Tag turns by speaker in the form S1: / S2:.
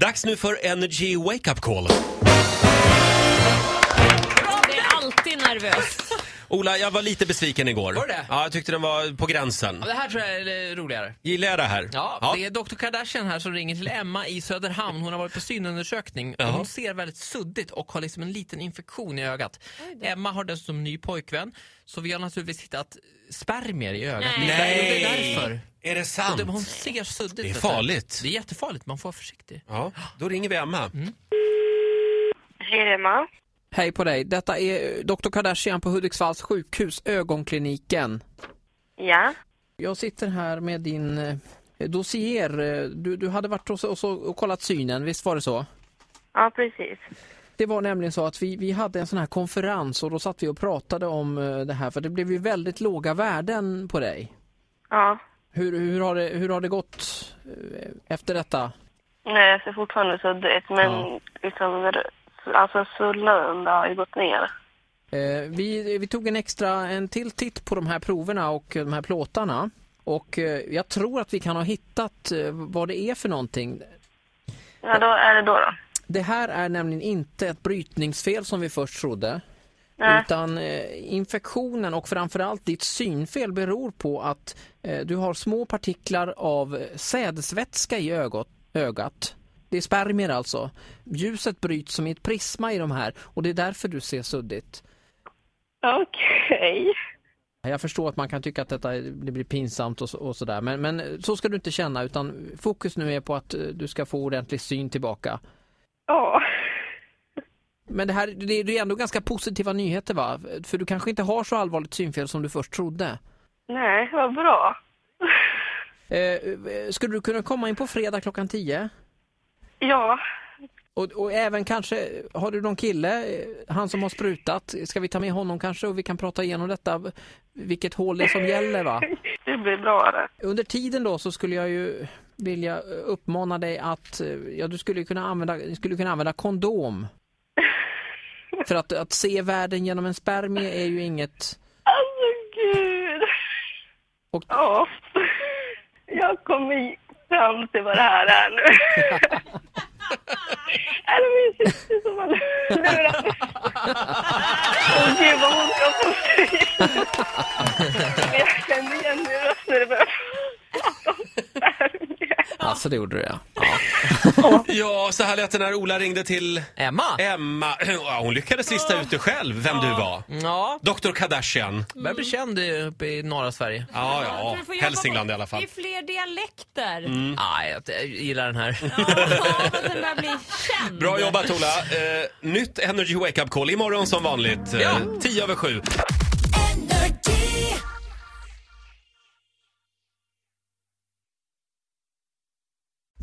S1: Dags nu för Energy Wake Up Call.
S2: Det är alltid nervöst.
S1: Ola, jag var lite besviken igår.
S3: Var du det?
S1: Ja, jag tyckte den var på gränsen.
S3: Ja, Det här tror jag är eh, roligare.
S1: Gillar jag det här?
S3: Ja, det är Dr Kardashian här som ringer till Emma i Söderhamn. Hon har varit på synundersökning.
S1: Jaha.
S3: Hon ser väldigt suddigt och har liksom en liten infektion i ögat. Emma har dessutom ny pojkvän, så vi har naturligtvis hittat spermier i ögat.
S2: Nej.
S3: Det är
S1: Nej!
S3: därför.
S1: Är det
S3: Och
S1: sant?
S3: det- Hon ser suddigt
S1: Det är
S3: ut.
S1: farligt.
S3: Det Mm. är jättefarligt, man får vara försiktig.
S1: Ja, då ringer vi Emma.
S4: Hej Emma.
S5: Hej på dig. Detta är Dr. Kardashian på Hudiksvalls sjukhus, ögonkliniken.
S4: Ja,
S5: Jag sitter här med din eh, dossier. Eh, Du, du hade varit och, och, och kollat synen, visst var det så?
S4: ja precis.
S5: Det var nämligen så att vi, vi hade en sån här konferens och då satt vi och pratade om eh, det här för det blev ju väldigt låga värden på dig.
S4: Ja,
S5: Hur, hur, har, det, hur har det gått eh, efter detta?
S4: Nej, jag ser fortfarande suddigt men
S5: Ja.
S4: liksom, alltså svullnaden det har ju gått ner.
S5: Eh, Vi, vi tog en extra, en till titt på de här proverna och de här plåtarna. Och eh, jag tror att vi kan ha hittat eh, vad det är för någonting.
S4: Ja, då är det då då.
S5: Det här är nämligen inte ett brytningsfel som vi först trodde.
S4: Nej.
S5: Utan eh, infektionen och framförallt ditt synfel beror på att eh, du har små partiklar av eh, sädesvätska i ögot, ögat. Det är spermier alltså. Ljuset bryts som i ett prisma i de här och det är därför du ser suddigt.
S4: Okej.
S5: Jag förstår att man kan tycka att detta är- det blir pinsamt och, så- och sådär men, men så ska du inte känna utan fokus nu är på att eh, du ska få ordentlig syn tillbaka.
S4: Ja.
S5: Men det här det är ju ändå ganska positiva nyheter va? För du kanske inte har så allvarligt synfel som du först trodde.
S4: Nej, vad bra.
S5: Eh, Eh, skulle du kunna komma in på fredag klockan 10?
S4: Ja.
S5: Och, och även kanske, har du någon kille, eh, han som har sprutat, ska vi ta med honom kanske och vi kan prata igenom detta, vilket hål det är som gäller va?
S4: Det blir bra det.
S5: Under tiden då så skulle jag ju vilja uppmana dig att eh, ja, du skulle kunna använda, du skulle kunna använda kondom. För att, att se världen genom en spermie är ju inget...
S4: Alltså gud.
S5: Och-
S4: Ja. Jag kommer fram till vad det här är nu. Nej, det var ju syster som har lurat mig. Åh gud vad hon ska få säga. Men Jag kände igen min röst när det började prata om spermier.
S5: Alltså det gjorde du ja.
S1: Ja, så här lät det när Ola ringde till
S3: Emma!
S1: Emma. Ja, Hon lyckades lista ut det själv, vem du var.
S3: Ja, Mm.
S1: Dr Kardashian.
S3: börjar bli känd i- uppe i norra Sverige.
S1: Ja, ja,
S2: Men du får jobba
S1: Hälsingland
S2: på-
S1: i alla fall. Mm.
S2: Det är fler dialekter.
S3: Nej, jag- jag gillar den här.
S2: Ja, men den börjar bli känd.
S1: Bra jobbat Ola. Eh, nytt Energy Wake Up Call imorgon som vanligt. Eh, 10 över 7.